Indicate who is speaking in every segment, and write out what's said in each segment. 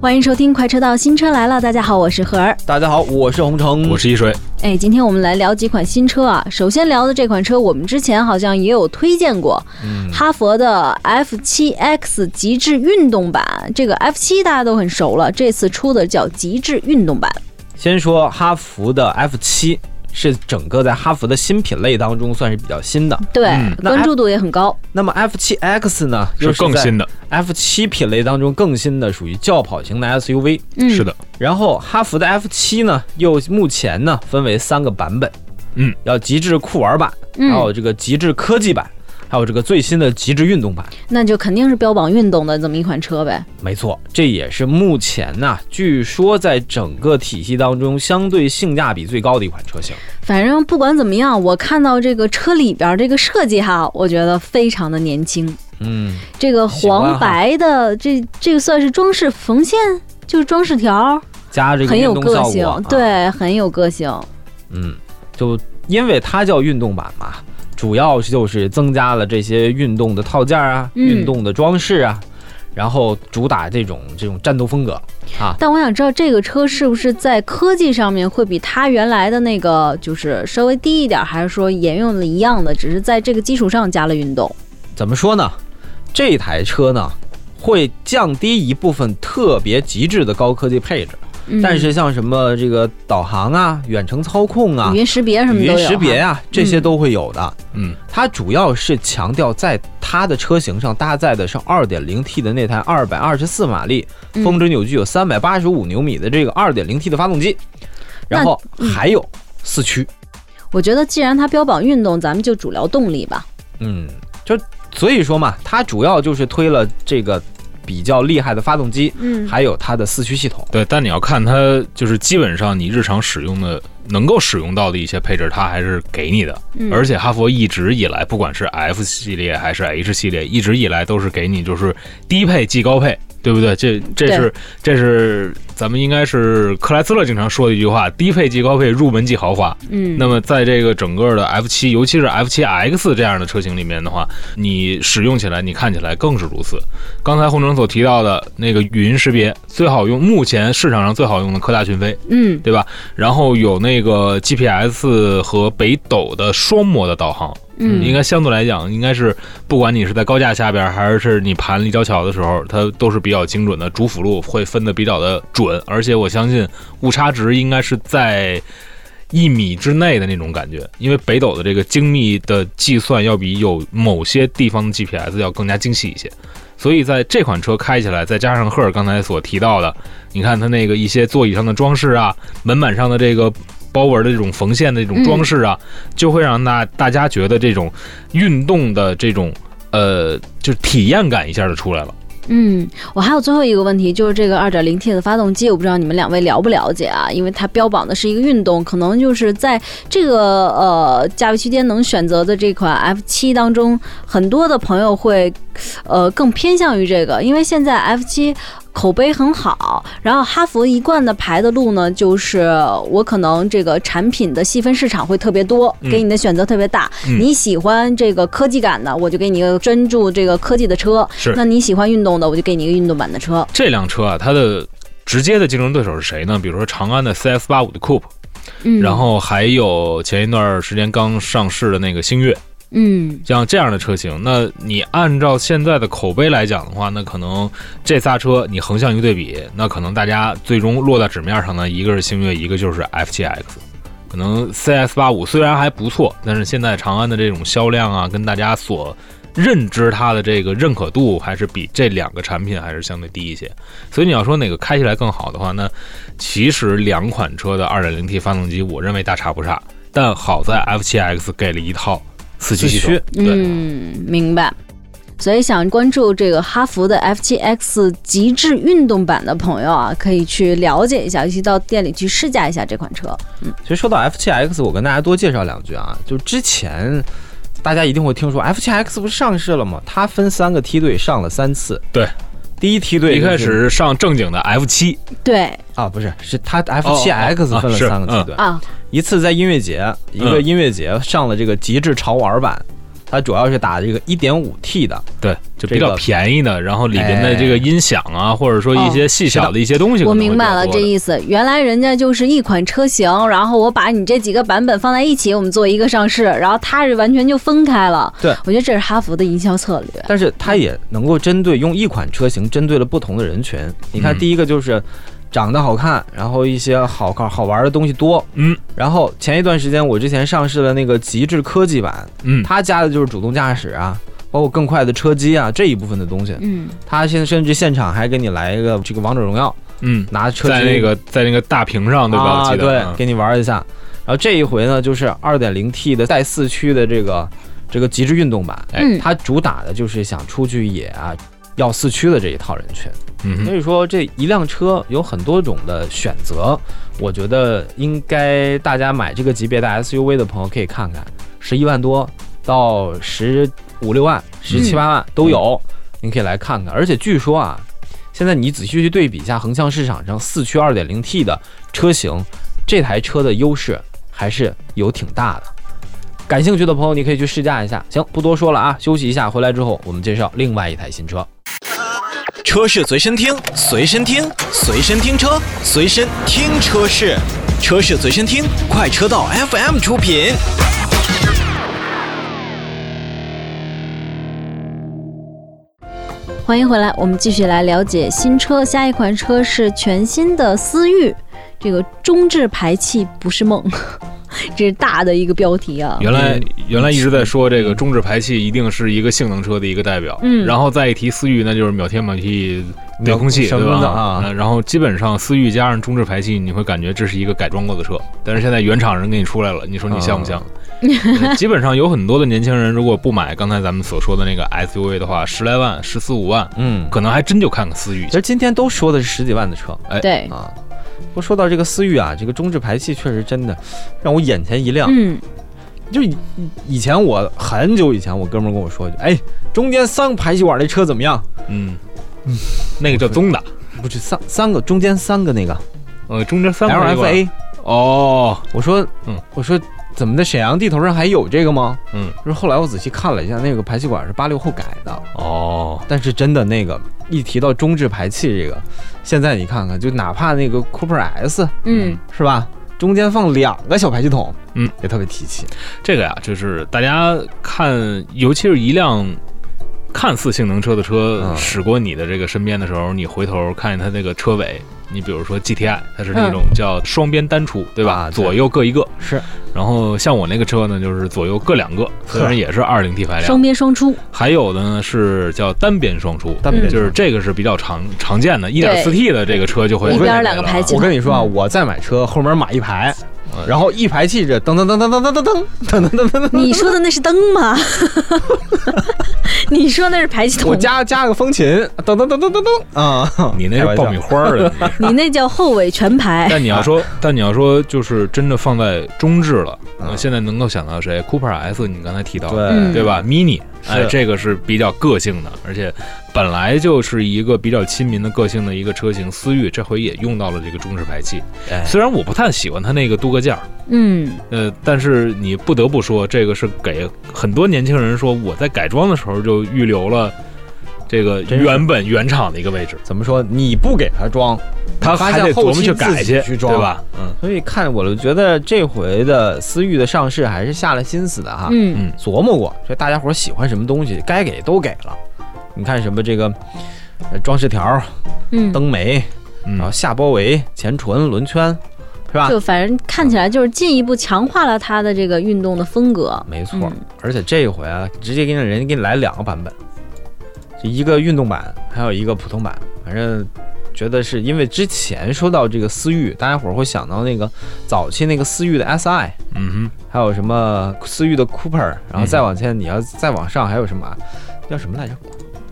Speaker 1: 欢迎收听《快车道》，新车来了！大家好，我是何儿。
Speaker 2: 大家好，我是洪城，
Speaker 3: 我是一水，
Speaker 1: 哎，今天我们来聊几款新车啊。首先聊的这款车，我们之前好像也有推荐过，哈佛的 F7X 极致运动版。这个 F7 大家都很熟了，这次出的叫极致运动版。
Speaker 3: 先说哈弗的 F 七是整个在哈弗的新品类当中算是比较新的。
Speaker 1: 对，
Speaker 3: 那
Speaker 1: 关注度也很高。
Speaker 3: 那么 F 七 X 呢，
Speaker 4: 是更新的，
Speaker 3: F 七品类当中更新的，属于轿跑型的 SUV。
Speaker 1: 嗯，
Speaker 4: 是。的，
Speaker 3: 然后哈弗的 F 七呢，又目前呢分为三个版本，
Speaker 4: 嗯，
Speaker 3: 要极致酷玩版，
Speaker 1: 嗯
Speaker 3: 还有这个极致科技版，还有这个最新的极致运动版。
Speaker 1: 那就肯定是标榜运动的这么一款车呗。
Speaker 3: 没错，这也是目前呐、据说在整个体系当中相对性价比最高的一款车型。
Speaker 1: 反正不管怎么样，我看到这个车里边这个设计哈，我觉得非常的年轻。
Speaker 3: 嗯，
Speaker 1: 这个
Speaker 3: 喜欢哈
Speaker 1: 黄白的，这这个算是装饰缝线，就是装饰条儿，
Speaker 3: 加这个
Speaker 1: 很
Speaker 3: 运
Speaker 1: 有
Speaker 3: 动
Speaker 1: 个
Speaker 3: 效果
Speaker 1: 性
Speaker 3: 啊，，
Speaker 1: 对，很有个性。
Speaker 3: 嗯，就因为它叫运动版嘛，主要就是增加了这些运动的套件啊，
Speaker 1: 嗯
Speaker 3: 运动的装饰啊，然后主打这种这种战斗风格啊。
Speaker 1: 但我想知道这个车是不是在科技上面会比它原来的那个就是稍微低一点儿，还是说沿用了一样的，只是在这个基础上加了运动？
Speaker 3: 怎么说呢？这台车呢，会降低一部分特别极致的高科技配置，
Speaker 1: 嗯、
Speaker 3: 但是像什么这个导航啊、远程操控啊
Speaker 1: 语、音识别什么
Speaker 3: 语
Speaker 1: 都有
Speaker 3: 音
Speaker 1: 哈，
Speaker 3: 识别啊，这些
Speaker 1: 嗯
Speaker 3: 都会有的。
Speaker 4: 嗯，
Speaker 3: 它主要是强调在它的车型上搭载的是 2.0T 的那台224马力、
Speaker 1: 嗯
Speaker 3: 峰值扭矩有385牛米的这个 2.0T 的发动机，然后
Speaker 1: 嗯
Speaker 3: 还有四驱，
Speaker 1: 我觉得既然它标榜运动，咱们就主聊动力吧。
Speaker 3: 嗯，就所以说嘛，它主要就是推了这个比较厉害的发动机，
Speaker 1: 嗯
Speaker 3: 还有它的四驱系统。
Speaker 4: 对，但你要看它，就是基本上你日常使用的能够使用到的一些配置，它还是给你的。
Speaker 1: 嗯
Speaker 4: 而且哈佛一直以来，不管是 F 系列还是 H 系列，一直以来都是给你就是低配即高配，对不对？这这
Speaker 1: 对
Speaker 4: 是这是咱们应该是克莱斯勒经常说的一句话：低配即高配，入门即豪华。
Speaker 1: 嗯，
Speaker 4: 那么在这个整个的 F 7尤其是 F 7 X 这样的车型里面的话，你使用起来，你看起来更是如此。刚才洪程所提到的那个语音识别，最好用，目前市场上最好用的科大讯飞，
Speaker 1: 嗯
Speaker 4: 对吧？然后有那个 GPS 和北斗的双模的导航，
Speaker 1: 嗯
Speaker 4: 应该相对来讲，应该是不管你是在高架下边，还是你盘立交桥的时候，它都是比较精准的，主辅路会分的比较的准，而且我相信误差值应该是在。一米之内的那种感觉，因为北斗的这个精密的计算要比有某些地方的 GPS 要更加精细一些，所以在这款车开起来，再加上赫尔刚才所提到的，你看它那个一些座椅上的装饰啊，门板上的这个包纹的这种缝线的这种装饰啊，就会让大大家觉得这种运动的这种呃，就是体验感一下就出来了。
Speaker 1: 嗯，我还有最后一个问题，就是这个 2.0T 的发动机，我不知道你们两位了不了解啊？因为它标榜的是一个运动，可能就是在这个呃价位区间能选择的这款 F7 当中，很多的朋友会呃更偏向于这个，因为现在 F7 口碑很好，然后哈弗一贯的排的路呢，就是我可能这个产品的细分市场会特别多，
Speaker 4: 嗯
Speaker 1: 给你的选择特别大。
Speaker 4: 嗯
Speaker 1: 你喜欢这个科技感的，我就给你一个专注这个科技的车。
Speaker 4: 是
Speaker 1: 那你喜欢运动的，我就给你一个运动版的车。
Speaker 4: 这辆车啊，它的直接的竞争对手是谁呢？比如说长安的 CS 八五的 Coupe，
Speaker 1: 嗯，
Speaker 4: 然后还有前一段时间刚上市的那个星越，
Speaker 1: 嗯
Speaker 4: 像这样的车型，那你按照现在的口碑来讲的话，那可能这仨车你横向一对比，那可能大家最终落到纸面上呢，一个是星越，一个就是 F 7 X。可能 CS 八五虽然还不错，但是现在长安的这种销量啊，跟大家所认知它的这个认可度，还是比这两个产品还是相对低一些。所以你要说哪个开起来更好的话，那其实两款车的 2.0T 发动机，我认为大差不差。但好在 F 7 X 给了一套四驱系
Speaker 3: 四
Speaker 4: 统
Speaker 3: 驱，
Speaker 4: 对，
Speaker 1: 嗯，明白。所以想关注这个哈弗的 F7X 极致运动版的朋友啊，可以去了解一下，尤其到店里去试驾一下这款车。
Speaker 3: 其实说到 F 7 X，我跟大家多介绍两句啊，就之前。大家一定会听说 F 7 X 不是上市了吗？它分三个梯队上了三次，
Speaker 4: 对，
Speaker 3: 第一梯队
Speaker 4: 一
Speaker 3: 就是
Speaker 4: 开始是上正经的 F 七，
Speaker 1: 对
Speaker 3: 啊，不是，是他 F
Speaker 4: 哦
Speaker 3: 7 X
Speaker 4: 哦
Speaker 3: 分了
Speaker 4: 是
Speaker 3: 三个
Speaker 4: 嗯
Speaker 3: 梯队，
Speaker 1: 啊，
Speaker 3: 一次在音乐节，一个
Speaker 4: 嗯
Speaker 3: 音乐节上了这个极致潮玩版，它主要是打这个1 5 T 的，
Speaker 4: 对，就比
Speaker 3: 这
Speaker 4: 较
Speaker 3: 个
Speaker 4: 便宜的，然后里边的
Speaker 3: 哎
Speaker 4: 这个音响啊，或者说一些细小的一些东西
Speaker 1: 哦
Speaker 4: 可
Speaker 1: 我
Speaker 4: 能会比较
Speaker 1: 明
Speaker 4: 多的，
Speaker 1: 白了这意思。原来人家就是一款车型，然后我把你这几个版本放在一起，我们做一个上市，然后它是完全就分开了。
Speaker 3: 对
Speaker 1: 我觉得这是哈佛的营销策略。
Speaker 3: 但是它也能够针对用一款车型针对了不同的人群。你看，
Speaker 4: 嗯
Speaker 3: 第一个就是长得好看，然后一些好看好玩的东西多，
Speaker 4: 嗯。
Speaker 3: 然后前一段时间我之前上市的那个极致科技版，
Speaker 4: 嗯，
Speaker 3: 它加的就是主动驾驶啊，包括更快的车机啊这一部分的东西。
Speaker 1: 嗯，
Speaker 3: 它现在甚至现场还给你来一个这个王者荣耀，
Speaker 4: 嗯，
Speaker 3: 拿车机
Speaker 4: 在那个在那个大屏上对吧？我
Speaker 3: 啊，
Speaker 4: 记
Speaker 3: 对
Speaker 4: 得，嗯
Speaker 3: 给你玩一下。然后这一回呢，就是二点零 T 的带四驱的这个这个极致运动版，
Speaker 4: 哎
Speaker 1: 嗯，
Speaker 3: 它主打的就是想出去野啊，要四驱的这一套人群。
Speaker 4: 嗯
Speaker 3: 所
Speaker 4: 哼，
Speaker 3: 以说这一辆车有很多种的选择，我觉得应该大家买这个级别的 SUV 的朋友可以看看，十一万多到十五六万、十七八
Speaker 4: 嗯
Speaker 3: 万都有，您可以来看看。而且据说啊，现在你仔细去对比一下横向市场上四驱 2.0T 的车型，这台车的优势还是有挺大的。感兴趣的朋友，你可以去试驾一下。行，不多说了啊，休息一下，回来之后我们介绍另外一台新车。
Speaker 2: 车是随身听，随身听，随身听车，随身听车是，车是随身听，快车道 FM 出品。
Speaker 1: 欢迎回来，我们继续来了解新车。下一款车是全新的思域，这个中置排气不是梦， 这是大的一个标题啊。
Speaker 4: 原来
Speaker 3: 嗯
Speaker 4: 原来一直在说这个中置排气一定是一个性能车的一个代表，
Speaker 1: 嗯
Speaker 4: 然后再一提思域，那就是秒天秒地对空气，
Speaker 3: 什
Speaker 4: 对
Speaker 3: 么
Speaker 4: 吧？
Speaker 3: 的啊
Speaker 4: 嗯然后基本上思域加上中置排气，你会感觉这是一个改装过的车，但是现在原厂人给你出来了，你说你像不像？
Speaker 3: 啊
Speaker 4: 嗯 基本上有很多的年轻人，如果不买刚才咱们所说的那个 SUV 的话，十来万、十四五万，
Speaker 3: 嗯，
Speaker 4: 可能还真就看个思域
Speaker 3: 其。实今天都说的是十几万的车
Speaker 1: 对，
Speaker 3: 啊。不过说到这个思域啊，这个中置排气确实真的让我眼前一亮。
Speaker 1: 嗯，
Speaker 3: 就以以前我很久以前，我哥们儿跟我说，哎，中间三个排气管那车怎么样？
Speaker 4: 嗯，那
Speaker 3: 嗯
Speaker 4: 个叫宗的，
Speaker 3: 不是三三个中间三个那个
Speaker 4: 呃，中间三个那个
Speaker 3: LFA。
Speaker 4: 哦，
Speaker 3: 我说，
Speaker 4: 嗯，
Speaker 3: 我说怎么在沈阳地头上还有这个吗？
Speaker 4: 嗯，
Speaker 3: 就是后来我仔细看了一下，那个排气管是八六后改的。
Speaker 4: 哦，
Speaker 3: 但是真的那个一提到中置排气这个，现在你看看，就哪怕那个 Cooper S，
Speaker 1: 嗯，
Speaker 3: 是吧？中间放两个小排气筒，
Speaker 4: 嗯，
Speaker 3: 也特别提气。
Speaker 4: 这个呀，就是大家看，尤其是一辆看似性能车的车
Speaker 3: 嗯
Speaker 4: 驶过你的这个身边的时候，你回头看见它那个车尾，你比如说 GTI，它是那种叫双边单出，嗯对吧？
Speaker 3: 啊对
Speaker 4: 左右各一个。
Speaker 3: 是，
Speaker 4: 然后像我那个车呢，就是左右各两个，虽然也是二零 T 排
Speaker 1: 双
Speaker 4: 量，
Speaker 1: 边双出，
Speaker 4: 还有的呢是叫单边双出。
Speaker 3: 但
Speaker 1: 嗯
Speaker 4: 就是这个是比较常常见的，一点四 T 的这个车就会
Speaker 1: 嗯一边
Speaker 4: 更
Speaker 1: 两个
Speaker 4: 那
Speaker 1: 排气
Speaker 3: 我跟你说啊，我再买车后面码一排
Speaker 4: 嗯，
Speaker 3: 然后一排气这噔噔噔噔噔噔噔噔噔噔噔噔噔，
Speaker 1: 你说的那是灯吗？ 你说那是排气筒
Speaker 3: 我，加加个风琴，噔噔噔噔噔噔啊！
Speaker 4: 你那是爆米花儿 的，你
Speaker 1: 你那叫后尾全排。
Speaker 4: 但你要说，但你要说，就是真的放在中置了，
Speaker 3: 嗯
Speaker 4: 呃现在能够想到谁？Cooper S，你刚才提到了，
Speaker 3: 对
Speaker 1: 嗯
Speaker 4: 对吧？Mini，哎，
Speaker 3: 是
Speaker 4: 这个是比较个性的，而且本来就是一个比较亲民的个性的一个车型。思域这回也用到了这个中置排气，
Speaker 3: 哎
Speaker 4: 虽然我不太喜欢它那个镀铬件儿，
Speaker 1: 嗯，
Speaker 4: 呃，但是你不得不说，这个是给很多年轻人说，我在改装的时候就预留了。这个
Speaker 3: 真是
Speaker 4: 原本原厂的一个位置，
Speaker 3: 怎么说？你不给他装，
Speaker 4: 他
Speaker 3: 发
Speaker 4: 还
Speaker 3: 现
Speaker 4: 得
Speaker 3: 后
Speaker 4: 琢磨
Speaker 3: 期
Speaker 4: 去
Speaker 3: 自
Speaker 4: 改
Speaker 3: 己
Speaker 4: 去，
Speaker 3: 去装
Speaker 4: 对？吧？嗯，
Speaker 3: 所以看我就觉得这回的思域的上市还是下了心思的哈。
Speaker 1: 嗯
Speaker 4: 嗯
Speaker 3: 琢磨过，这大家伙儿喜欢什么东西，该给都给了。你看什么这个呃装饰条儿、
Speaker 1: 嗯，
Speaker 3: 灯眉，
Speaker 4: 嗯
Speaker 3: 然后下包围、前唇、轮圈，是吧？
Speaker 1: 就反正看起来就是进一步强化了它的这个运动的风格。
Speaker 3: 没错
Speaker 1: 嗯，
Speaker 3: 而且这一回啊，直接给你人家给你来两个版本，就一个运动版，还有一个普通版。反正觉得是因为之前说到这个思域，大家伙儿会想到那个早期那个思域的 SI，
Speaker 4: 嗯哼。
Speaker 3: 还有什么思域的 Cooper，然后
Speaker 4: 嗯
Speaker 3: 再往前，你要再往上还有什么啊叫什么来着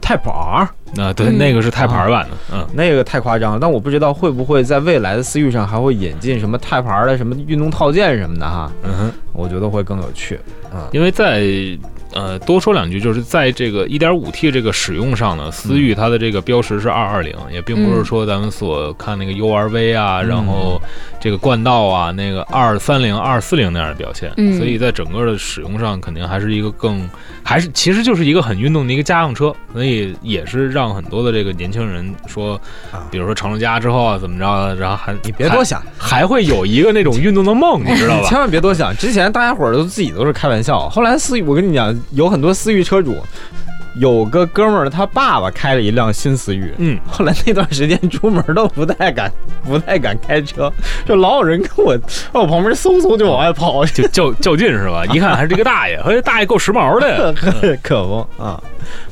Speaker 3: ？Type R。
Speaker 4: 啊，对，
Speaker 1: 嗯
Speaker 4: 那个是钛牌儿版的，嗯，
Speaker 3: 那个太夸张了，但我不知道会不会在未来的思域上还会引进什么钛牌儿的什么运动套件什么的哈，
Speaker 4: 嗯哼，
Speaker 3: 我觉得会更有趣。嗯，
Speaker 4: 因为在呃多说两句，就是在这个 1.5T 这个使用上呢，思
Speaker 3: 嗯
Speaker 4: 域它的这个标识是220，也并
Speaker 1: 嗯
Speaker 4: 不是说咱们所看那个 URV 啊，
Speaker 5: 嗯
Speaker 4: 然后这个冠道啊，那个230、240那样的表现，
Speaker 1: 嗯
Speaker 4: 所以在整个的使用上，肯定还是一个更还是其实就是一个很运动的一个家用车，所以也是让很多的这个年轻人说
Speaker 3: 啊，
Speaker 4: 比如说成了家之后啊，怎么着，然后还
Speaker 3: 你别多想，
Speaker 4: 还会有一个那种运动的梦，你知道
Speaker 3: 你
Speaker 4: 吧？
Speaker 3: 千万别多想。之前大家伙儿都自己都是开玩笑，后来思域，我跟你讲，有很多思域车主，有个哥们儿他爸爸开了一辆新思域，
Speaker 4: 嗯，
Speaker 3: 后来那段时间出门都不太敢，不太敢开车，就老有人跟我往我旁边嗖嗖就往外跑，
Speaker 4: 就较较劲是吧？一看还是这个大爷，嘿，大爷够时髦的。
Speaker 3: 可不啊！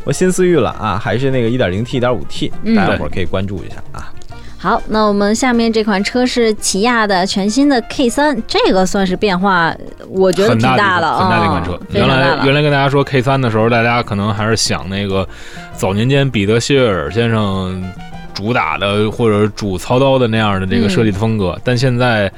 Speaker 3: 我新思域了啊，还是那个 1.0T、1.5T，
Speaker 1: 嗯
Speaker 3: 大家伙儿可以关注一下啊。
Speaker 1: 好，那我们下面这款车是起亚的全新的 K 三，这个算是变化，我 觉得
Speaker 4: 很
Speaker 1: 挺
Speaker 4: 大的一
Speaker 1: 了，
Speaker 4: 个很大的一款车。
Speaker 1: 嗯、非
Speaker 4: 原
Speaker 1: 常大
Speaker 4: 来
Speaker 1: 了
Speaker 4: 原来跟大家说 K 三的时候，大家可能还是想那个早年间彼得谢尔先生主打的或者主操刀的那样的
Speaker 1: 嗯
Speaker 4: 这个设计的风格，但现在。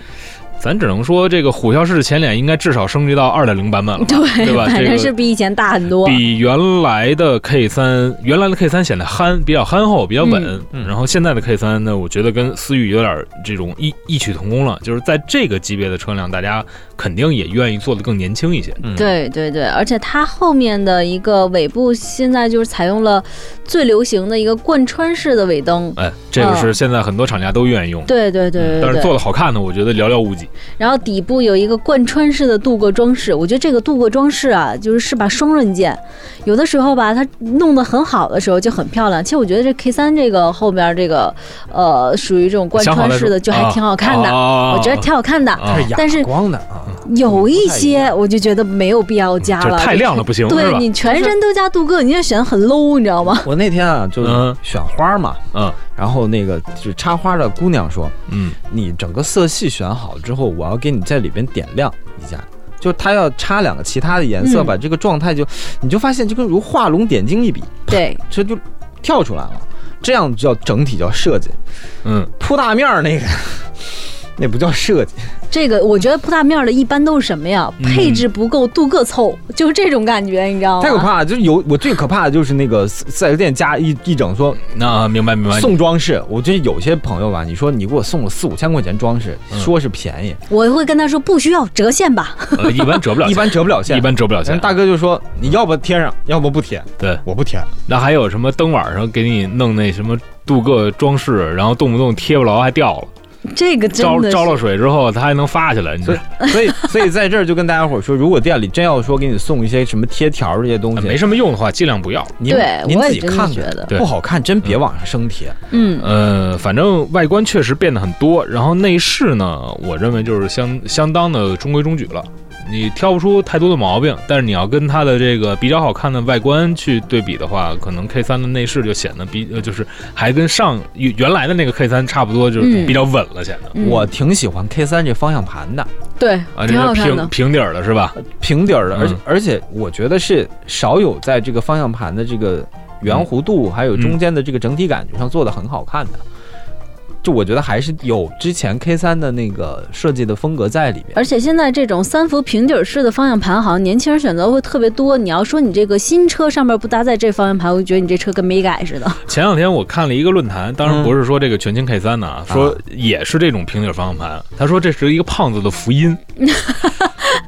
Speaker 4: 咱只能说，这个虎啸式的前脸应该至少升级到二点零版本了吧，
Speaker 1: 对，
Speaker 4: 对吧？
Speaker 1: 反
Speaker 4: 这
Speaker 1: 正
Speaker 4: 个
Speaker 1: 是比以前大很多。
Speaker 4: 比原来的 K 三，原来的 K 三显得憨，比较憨厚，比较稳。
Speaker 3: 嗯嗯
Speaker 4: 然后现在的 K 三呢，我觉得跟思域有点这种异异曲同工了，
Speaker 1: 嗯
Speaker 4: 就是在这个级别的车辆，大家肯定也愿意做的更年轻一些。
Speaker 3: 嗯，
Speaker 1: 对对对，而且它后面的一个尾部现在就是采用了最流行的一个贯穿式的尾灯。
Speaker 4: 哎，这个是
Speaker 1: 嗯
Speaker 4: 现在很多厂家都愿意用的。
Speaker 1: 对对对
Speaker 4: 但
Speaker 1: 对
Speaker 4: 是
Speaker 1: 对
Speaker 4: 做的好看的，我觉得寥寥无几。
Speaker 1: 然后底部有一个贯穿式的镀铬装饰，我觉得这个镀铬装饰啊，就是是把双刃剑，有的时候吧，它弄得很好的时候就很漂亮。其实我觉得这 K 三这个后边这个，呃，属于这种贯
Speaker 4: 想好
Speaker 1: 穿
Speaker 4: 再
Speaker 1: 式
Speaker 4: 说
Speaker 1: 的，就还挺好看的，
Speaker 4: 我
Speaker 1: 我觉得挺好看的。
Speaker 4: 啊，
Speaker 1: 但是
Speaker 5: 光的啊，
Speaker 1: 有一
Speaker 3: 不太一
Speaker 1: 些我就觉得没有必要加
Speaker 4: 就是
Speaker 1: 了，
Speaker 4: 太亮了不行，是
Speaker 1: 对
Speaker 4: 吧？
Speaker 1: 你全身都加镀铬，你这显得很 low，你知 道吗？
Speaker 3: 我那天啊，就
Speaker 4: 嗯
Speaker 3: 选花嘛，
Speaker 4: 嗯
Speaker 3: 然后那个就是插花的姑娘说，
Speaker 4: 嗯，
Speaker 3: 你整个色系选好之后，我要给你在里边点亮一下，就它要插两个其他的颜色，
Speaker 1: 嗯
Speaker 3: 把这个状态就，你就发现就跟如画龙点睛一笔，
Speaker 1: 对，
Speaker 3: 这就跳出来了，这样叫整体叫设计，
Speaker 4: 嗯，
Speaker 3: 铺大面儿那个。 那不叫设计，
Speaker 1: 这个我觉得铺大面儿的一般都是什么呀？
Speaker 4: 嗯
Speaker 1: 配置不够，镀铬凑，就是这种感觉，你知道吗？
Speaker 3: 太可怕了！就有我最可怕的就是那个四 S 店加一一整说
Speaker 4: 那明白明白。
Speaker 3: 送装饰，我觉得有些朋友吧，你说你给我送了四五千块钱装饰，
Speaker 4: 嗯
Speaker 3: 说是便宜，
Speaker 1: 我会跟他说不需要折现吧，
Speaker 4: 呃一般折不 了
Speaker 3: 一
Speaker 4: 钱，
Speaker 3: 般折不了线，
Speaker 4: 一般折不了钱
Speaker 3: 人。大哥就说你要不贴上，要不不贴。
Speaker 4: 对，
Speaker 3: 我不贴。
Speaker 4: 那还有什么灯碗上给你弄那什么镀铬装饰，然后动不动贴不牢还掉了，
Speaker 1: 这个真
Speaker 4: 着
Speaker 1: 的是
Speaker 4: 着了水之后它还能发起来，你知道吗？
Speaker 3: 所以，所以在这儿就跟大家伙儿说，如果店里真要说给你送一些什么贴条儿这些东西，
Speaker 4: 没什么用的话，尽量不要。
Speaker 3: 您
Speaker 1: 呃对
Speaker 3: 您
Speaker 1: 我也
Speaker 3: 自己
Speaker 1: 真的
Speaker 3: 看
Speaker 1: 觉
Speaker 3: 看
Speaker 1: 得，
Speaker 4: 对
Speaker 3: 不好看真别往上生贴。
Speaker 1: 嗯
Speaker 4: 呃，反正外观确实变得很多，然后内饰呢，我认为就是相相当的中规中矩了。你挑不出太多的毛病，但是你要跟它的这个比较好看的外观去对比的话，可能 K 3的内饰就显得比呃就是还跟上原来的那个 K 3差不多，就是
Speaker 1: 嗯
Speaker 4: 比较稳了，显得、
Speaker 1: 嗯
Speaker 3: 我挺喜欢 K 三这方向盘的，
Speaker 1: 对
Speaker 4: 啊，
Speaker 1: 挺好
Speaker 4: 这是
Speaker 1: 看的
Speaker 4: 平。平底儿的是吧？
Speaker 3: 平底儿的，
Speaker 4: 嗯
Speaker 3: 而且而且我觉得是少有在这个方向盘的这个圆弧度，
Speaker 1: 嗯
Speaker 3: 还有中间的这个整体感觉上做的很好看的。就我觉得还是有之前 K 三的那个设计的风格在里边。
Speaker 1: 而且现在这种三幅平底儿式的方向盘，好像年轻人选择会特别多。你要说你这个新车上面不搭载这方向盘，我就觉得你这车跟没改似的。
Speaker 4: 前两天我看了一个论坛，当然不是说这个全新 K 3呢，啊，
Speaker 3: 啊
Speaker 4: 说也是这种平底方向盘。他说这是一个胖子的福音，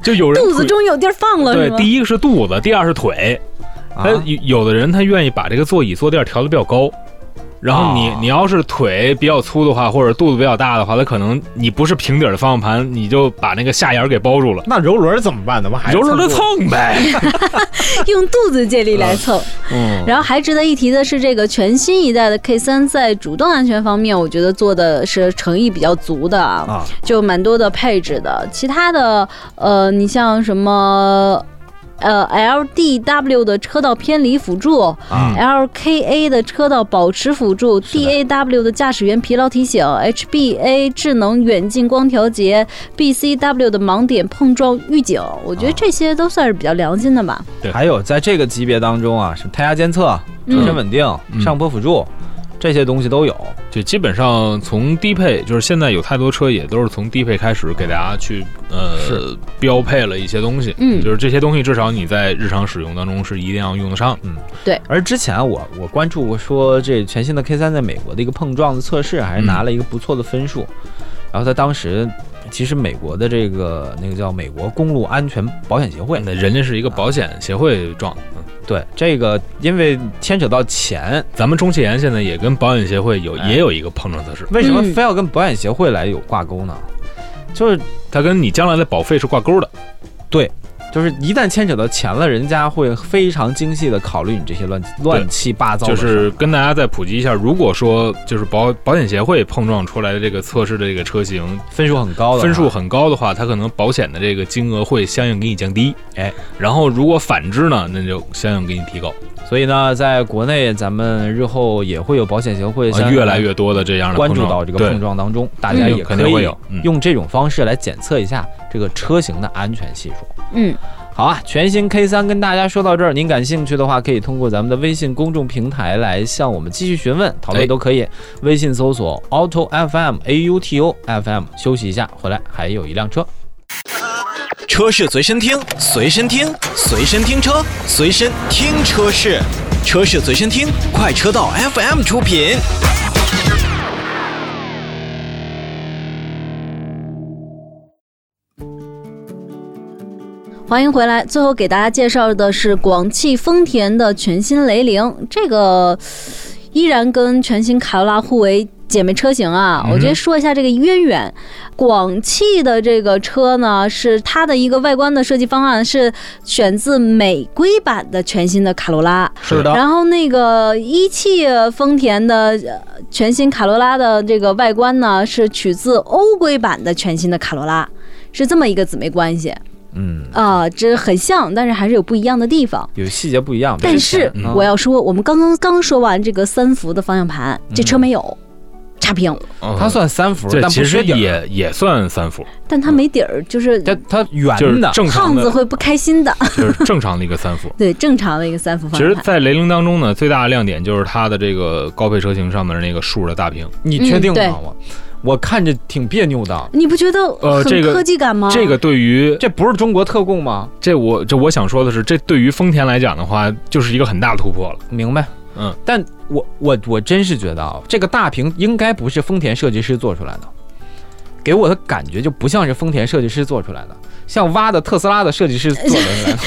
Speaker 4: 就有人
Speaker 1: 肚子
Speaker 4: 推
Speaker 1: 终于有地儿放了，是
Speaker 4: 对，
Speaker 1: 吗？
Speaker 4: 第一个是肚子，第二是腿。
Speaker 3: 啊
Speaker 4: 他有有的人他愿意把这个座椅坐垫调的比较高，然后你
Speaker 3: 哦
Speaker 4: 你要是腿比较粗的话，或者肚子比较大的话，他可能你不是平底的方向盘，你就把那个下沿给包住了，
Speaker 3: 那柔轮怎么办呢？我还
Speaker 4: 揉揉着蹭呗。
Speaker 1: 用肚子借力来蹭。
Speaker 3: 嗯，
Speaker 1: 然后还值得一提的是，这个全新一代的 K 3在主动安全方面，我觉得做的是诚意比较足的啊，
Speaker 3: 啊，
Speaker 1: 就蛮多的配置的。其他的，呃，你像什么，呃，LDW 的车道偏离辅助。
Speaker 3: 啊
Speaker 1: LKA 的车道保持辅助，DAW 的驾驶员疲劳提醒，HBA 智能远近光调节，BCW 的盲点碰撞预警，我觉得这些都算是比较良心的吧。
Speaker 3: 还有在这个级别当中啊，什么胎压监测、车身稳定、
Speaker 4: 嗯
Speaker 3: 上坡辅助、这些东西都有。
Speaker 4: 对，基本上从低配，就是现在有太多车也都是从低配开始给大家去呃
Speaker 3: 是
Speaker 4: 标配了一些东西，
Speaker 1: 嗯
Speaker 4: 就是这些东西至少你在日常使用当中是一定要用得上。
Speaker 3: 而之前我我关注过说这全新的 K 3在美国的一个碰撞的测试，还是拿了一个不错的分数。然后他当时其实美国的这个那个叫美国公路安全保险协会，
Speaker 4: 那人家是一个保险协会撞，嗯
Speaker 3: 对这个因为牵扯到钱，
Speaker 4: 咱们中汽研现在也跟保险协会
Speaker 3: 哎
Speaker 4: 有、也有一个碰撞测试，
Speaker 3: 为什么
Speaker 1: 嗯
Speaker 3: 非要跟保险协会来有挂钩呢？就是
Speaker 4: 它跟你将来的保费是挂钩的。
Speaker 3: 就是一旦牵扯到钱了，人家会非常精细的考虑你这些乱乱七八糟
Speaker 4: 就
Speaker 3: 的事儿。
Speaker 4: 是跟大家再普及一下，如果说就是保保险协会碰撞出来的这个测试的这个车型
Speaker 3: 分数很高的啊
Speaker 4: 分数
Speaker 3: 话
Speaker 4: 很高的话，它可能保险的这个金额会相应给你降低。
Speaker 3: 哎，
Speaker 4: 然后如果反之呢，那就相应给你提高。
Speaker 3: 所以呢，在国内咱们日后也会有保险协会
Speaker 4: 啊
Speaker 3: 相
Speaker 4: 越来越多的这样的
Speaker 3: 关
Speaker 4: 碰
Speaker 3: 注
Speaker 4: 撞
Speaker 3: 到这个
Speaker 4: 对
Speaker 3: 碰撞当中，大家
Speaker 4: 嗯
Speaker 3: 也
Speaker 4: 肯
Speaker 3: 可
Speaker 4: 定会
Speaker 3: 以
Speaker 4: 有嗯
Speaker 3: 用这种方式来检测一下这个车型的安全系数。
Speaker 1: 嗯，
Speaker 3: 好啊，全新 K 3跟大家说到这儿，您感兴趣的话，可以通过咱们的微信公众平台来向我们继续询问讨
Speaker 4: 哎
Speaker 3: 论都可以。微信搜索 Auto FM A U T O F M，休息一下，回来还有一辆车。
Speaker 6: 车是随身听，随身听，随身听车，随身听车是，车是随身听，快车道 FM 出品。
Speaker 1: 欢迎回来。最后给大家介绍的是广汽丰田的全新雷凌，这个依然跟全新卡罗拉互为姐妹车型啊。我觉得说一下这个渊源，广汽的这个车呢，是它的一个外观的设计方案是选自美规版的全新的卡罗拉，
Speaker 3: 是的，
Speaker 1: 然后那个一汽丰田的呃全新卡罗拉的这个外观呢，是取自欧规版的全新的卡罗拉，是这么一个姊妹关系。
Speaker 3: 嗯，
Speaker 1: 啊、这很像，但是还是有不一样的地方。
Speaker 3: 有细节不一样，
Speaker 1: 但是
Speaker 3: 嗯
Speaker 1: 我要说，我们刚刚刚说完这个三伏的方向盘，这车没有，差评，
Speaker 3: 嗯它算三伏，
Speaker 4: 嗯这
Speaker 3: 但
Speaker 4: 其
Speaker 3: 不
Speaker 4: 实
Speaker 3: 缺底儿，
Speaker 4: 也也算三伏，
Speaker 1: 但它没底儿，就是
Speaker 3: 它它
Speaker 4: 就是
Speaker 3: 圆的，
Speaker 4: 正常
Speaker 1: 胖子
Speaker 4: 的，
Speaker 1: 会不开心的。。
Speaker 4: 就是正常的一个三伏
Speaker 1: 对，正常的一个三伏
Speaker 4: 其
Speaker 1: 方向
Speaker 4: 实，
Speaker 1: 盘。
Speaker 4: 在雷凌当中呢，最大的亮点就是它的这个高配车型上面的那个竖着大屏，
Speaker 3: 你确定
Speaker 1: 嗯
Speaker 3: 吗？我我看着挺别扭的，
Speaker 1: 你不觉得
Speaker 4: 呃这
Speaker 1: 很
Speaker 4: 个
Speaker 1: 科技感吗？
Speaker 4: 这个对于
Speaker 3: 这不是中国特供吗？
Speaker 4: 这我这我想说的是，这对于丰田来讲的话，就是一个很大的突破了。
Speaker 3: 明白，
Speaker 4: 嗯，
Speaker 3: 但我我我真是觉得啊，这个大屏应该不是丰田设计师做出来的，给我的感觉就不像是丰田设计师做出来的，像挖的特斯拉的设计师做出来的。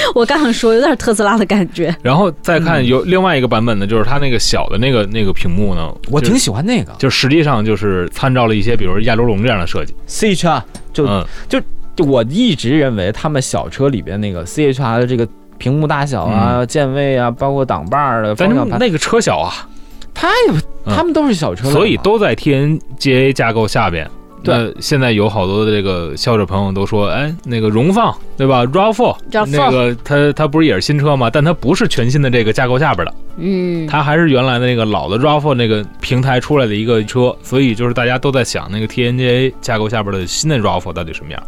Speaker 1: 我刚想说，有点特斯拉的感觉。
Speaker 4: 然后再
Speaker 3: 嗯
Speaker 4: 看有另外一个版本呢，就是它那个小的那个那个屏幕呢，
Speaker 3: 我
Speaker 4: 就
Speaker 3: 挺喜欢那个
Speaker 4: 就实际上就是参照了一些，比如亚洲龙这样的设计。
Speaker 3: CHR，就
Speaker 4: 嗯，
Speaker 3: 就我一直认为他们小车里边那个 CHR 的这个屏幕大小啊、键位啊，包括挡把儿的
Speaker 4: 但
Speaker 3: 方
Speaker 4: 是
Speaker 3: 向盘，
Speaker 4: 那个车小啊，
Speaker 3: 太
Speaker 4: 嗯
Speaker 3: 他们都是小车了嘛，
Speaker 4: 所以都在 TNGA 架构下边。
Speaker 3: 对
Speaker 4: 那现在有好多的这个消费者朋友都说，哎，那个荣放对吧？RAV4
Speaker 1: RAV4
Speaker 4: 那个它它不是也是新车吗？但它不是全新的这个架构下边的，
Speaker 1: 嗯，
Speaker 4: 它还是原来的那个老的 RAV4 那个平台出来的一个车，所以就是大家都在想那个 TNGA 架构下边的新的 RAV4 到底什么样。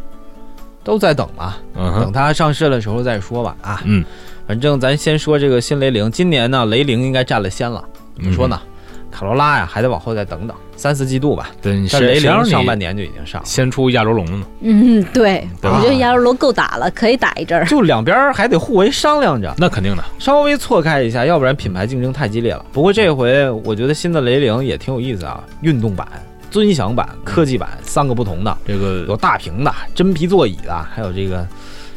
Speaker 3: 都在等嘛。
Speaker 4: 嗯
Speaker 3: 等
Speaker 4: 哼，
Speaker 3: 它上市的时候再说吧啊。
Speaker 4: 嗯，
Speaker 3: 反正咱先说这个新雷凌，今年呢，雷凌应该占了先了。怎么说呢？卡罗拉呀，还得往后再等等，三四季度吧。
Speaker 4: 对，
Speaker 3: 但雷
Speaker 4: 谁谁
Speaker 3: 凌
Speaker 4: 让嗯你
Speaker 3: 上半年就已经上了，
Speaker 4: 先出亚洲龙了呢？
Speaker 1: 嗯，对，
Speaker 4: 对
Speaker 1: 我
Speaker 4: 吧
Speaker 1: 觉得亚洲龙够打了，可以打一阵儿。
Speaker 3: 就两边儿还得互为商量着，
Speaker 4: 那肯定的，
Speaker 3: 稍微错开一下，要不然品牌竞争太激烈了。不过这回我觉得新的雷凌也挺有意思啊，运动版、尊享版、科技版三个不同的，
Speaker 4: 这个
Speaker 3: 有大屏的、真皮座椅的，还有这个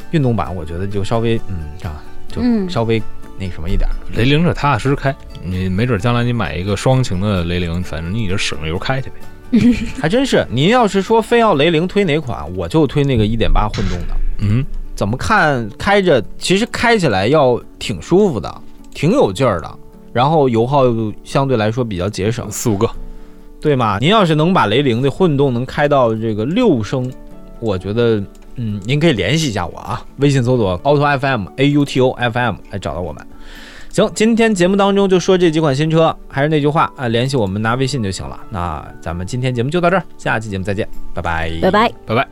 Speaker 3: 运动版，我觉得就稍微嗯啊，就
Speaker 1: 嗯
Speaker 3: 稍微那什么一点儿。
Speaker 4: 雷凌是踏踏实实开，你没准将来你买一个双擎的雷凌，反正你就省着油开去呗。
Speaker 3: 还真是，您要是说非要雷凌推哪款，我就推那个一点八混动的。
Speaker 4: 嗯，
Speaker 3: 怎么看开着，其实开起来要挺舒服的，挺有劲儿的，然后油耗又相对来说比较节省，
Speaker 4: 四五个，
Speaker 3: 对吗？您要是能把雷凌的混动能开到这个六升，我觉得，嗯，您可以联系一下我啊，微信搜索 auto FM A U T O F M 来找到我们。行，今天节目当中就说这几款新车，还是那句话啊，联系我们拿微信就行了。那咱们今天节目就到这儿，下期节目再见，拜拜，
Speaker 1: 拜拜。
Speaker 4: 拜拜。